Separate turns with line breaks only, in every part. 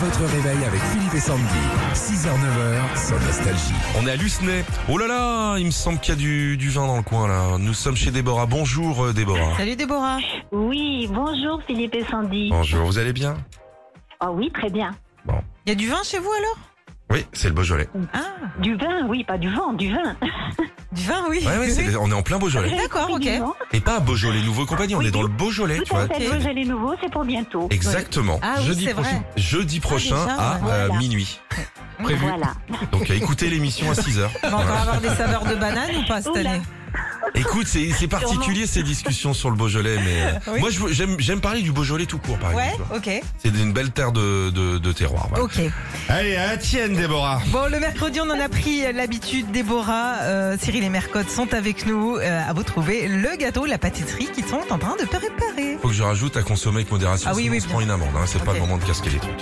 Votre réveil avec Philippe et Sandy. 6h, 9h, sans nostalgie.
On est à Lucenay. Oh là là, il me semble qu'il y a du, du vin dans le coin là. Nous sommes chez Déborah. Bonjour euh, Déborah.
Salut Déborah.
Oui, bonjour Philippe et Sandy.
Bonjour, vous allez bien
Ah oui, très bien.
Il y a du vin chez vous alors
Oui, c'est le Beaujolais.
Ah,
Du vin, oui, pas du vent, du vin.
du vin, oui.
Ouais, ouais, c'est- on est en plein Beaujolais.
D'accord, ok.
Du vin.
Et pas à Beaujolais Nouveau Compagnie, on
Oui,
est dans le Beaujolais, tu
Tout
vois.
à fait, vous allez nouveau, c'est pour bientôt.
Exactement.
Ah oui,
jeudi
c'est vrai.
prochain, jeudi prochain
déjà,
à
ouais.
euh,
Voilà.
minuit. Prévu.
Voilà.
Donc euh, écoutez l'émission à 6h.
On va encore avoir des saveurs de banane ou pas cette
Oula.
année
Écoute, c'est c'est particulier ces discussions sur le Beaujolais, mais euh,
Oui.
moi je veux- j'aime j'aime parler du Beaujolais tout court par
Ouais,
exemple. tu vois.
ok.
C'est une belle terre de, de, de terroir. voilà.
Ok.
Allez, à la tienne Déborah.
Bon, le mercredi, on en a pris l'habitude. Déborah, euh, Cyril et Mercotte sont avec nous. euh, à vous trouver le gâteau, la pâtisserie qu'ils sont en train de préparer.
Faut que je rajoute à consommer avec modération,
Ah oui,
sinon
oui,
on se prend une amende, hein, c'est pas
Ok.
le moment de casquer les trucs.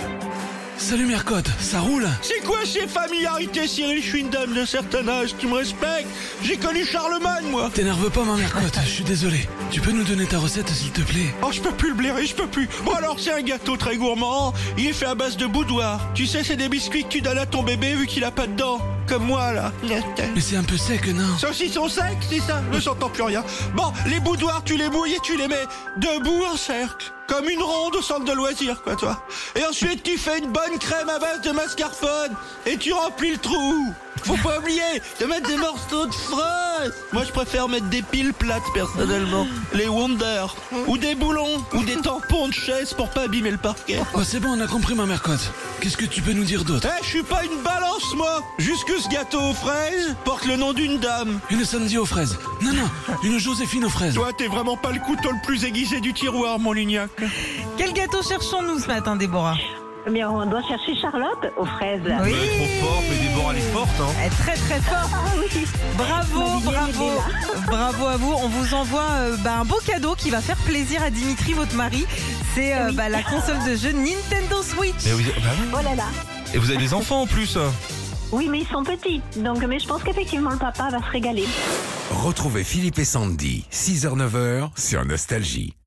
Salut Mercotte, ça roule
C'est quoi ces familiarités, Cyril Je suis une dame d'un certain âge, tu me respectes J'ai connu Charlemagne, moi
T'énerve pas ma Mercotte, je suis désolé. Tu peux nous donner ta recette s'il te plaît
Oh, je peux plus le blairer, je peux plus Bon alors, c'est un gâteau très gourmand, il est fait à base de boudoir. Tu sais, c'est des biscuits que tu donnes à ton bébé vu qu'il a pas de dents. Comme moi, là.
Mais c'est un peu sec, non
Saucisson sec, c'est ça Ne s'entend plus rien. Bon, les boudoirs, tu les mouilles et tu les mets debout en cercle. Comme une ronde au centre de loisirs, quoi, toi. Et ensuite, tu fais une bonne crème à base de mascarpone et tu remplis le trou. Faut pas oublier de mettre des morceaux de fraises. Moi, je préfère mettre des piles plates, personnellement. Les Wonder. Ou des boulons. Ou des tampons de chaise pour pas abîmer le parquet.
Bah c'est bon, on a compris ma Mercotte. Qu'est-ce que tu peux nous dire
Eh,
d'autre
je suis pas une balance, moi. Jusque ce gâteau aux fraises porte le nom d'une dame.
Une samedi aux fraises. Non, non, une Joséphine aux fraises.
Toi, t'es vraiment pas le couteau le plus aiguisé du tiroir, mon lignac.
Quel gâteau cherchons-nous ce matin, Déborah
Mais on doit chercher Charlotte aux fraises. là.
Oui.
Elle est trop forte, mais Déborah elle est forte hein.
Elle est très très forte.
Ah oui,
Bravo,
Ma Liliane,
bravo, bravo à vous. On vous envoie euh, bah, un beau cadeau qui va faire plaisir à Dimitri, votre mari. C'est euh,
Oui.
bah, la console de jeu Nintendo Switch.
Et vous, bah oui.
oh là là.
Et vous avez des enfants en plus. hein.
Oui, mais ils sont petits. Donc, mais je pense qu'effectivement, le papa va se régaler.
Retrouvez Philippe et Sandy. 6h, 9h, sur Nostalgie.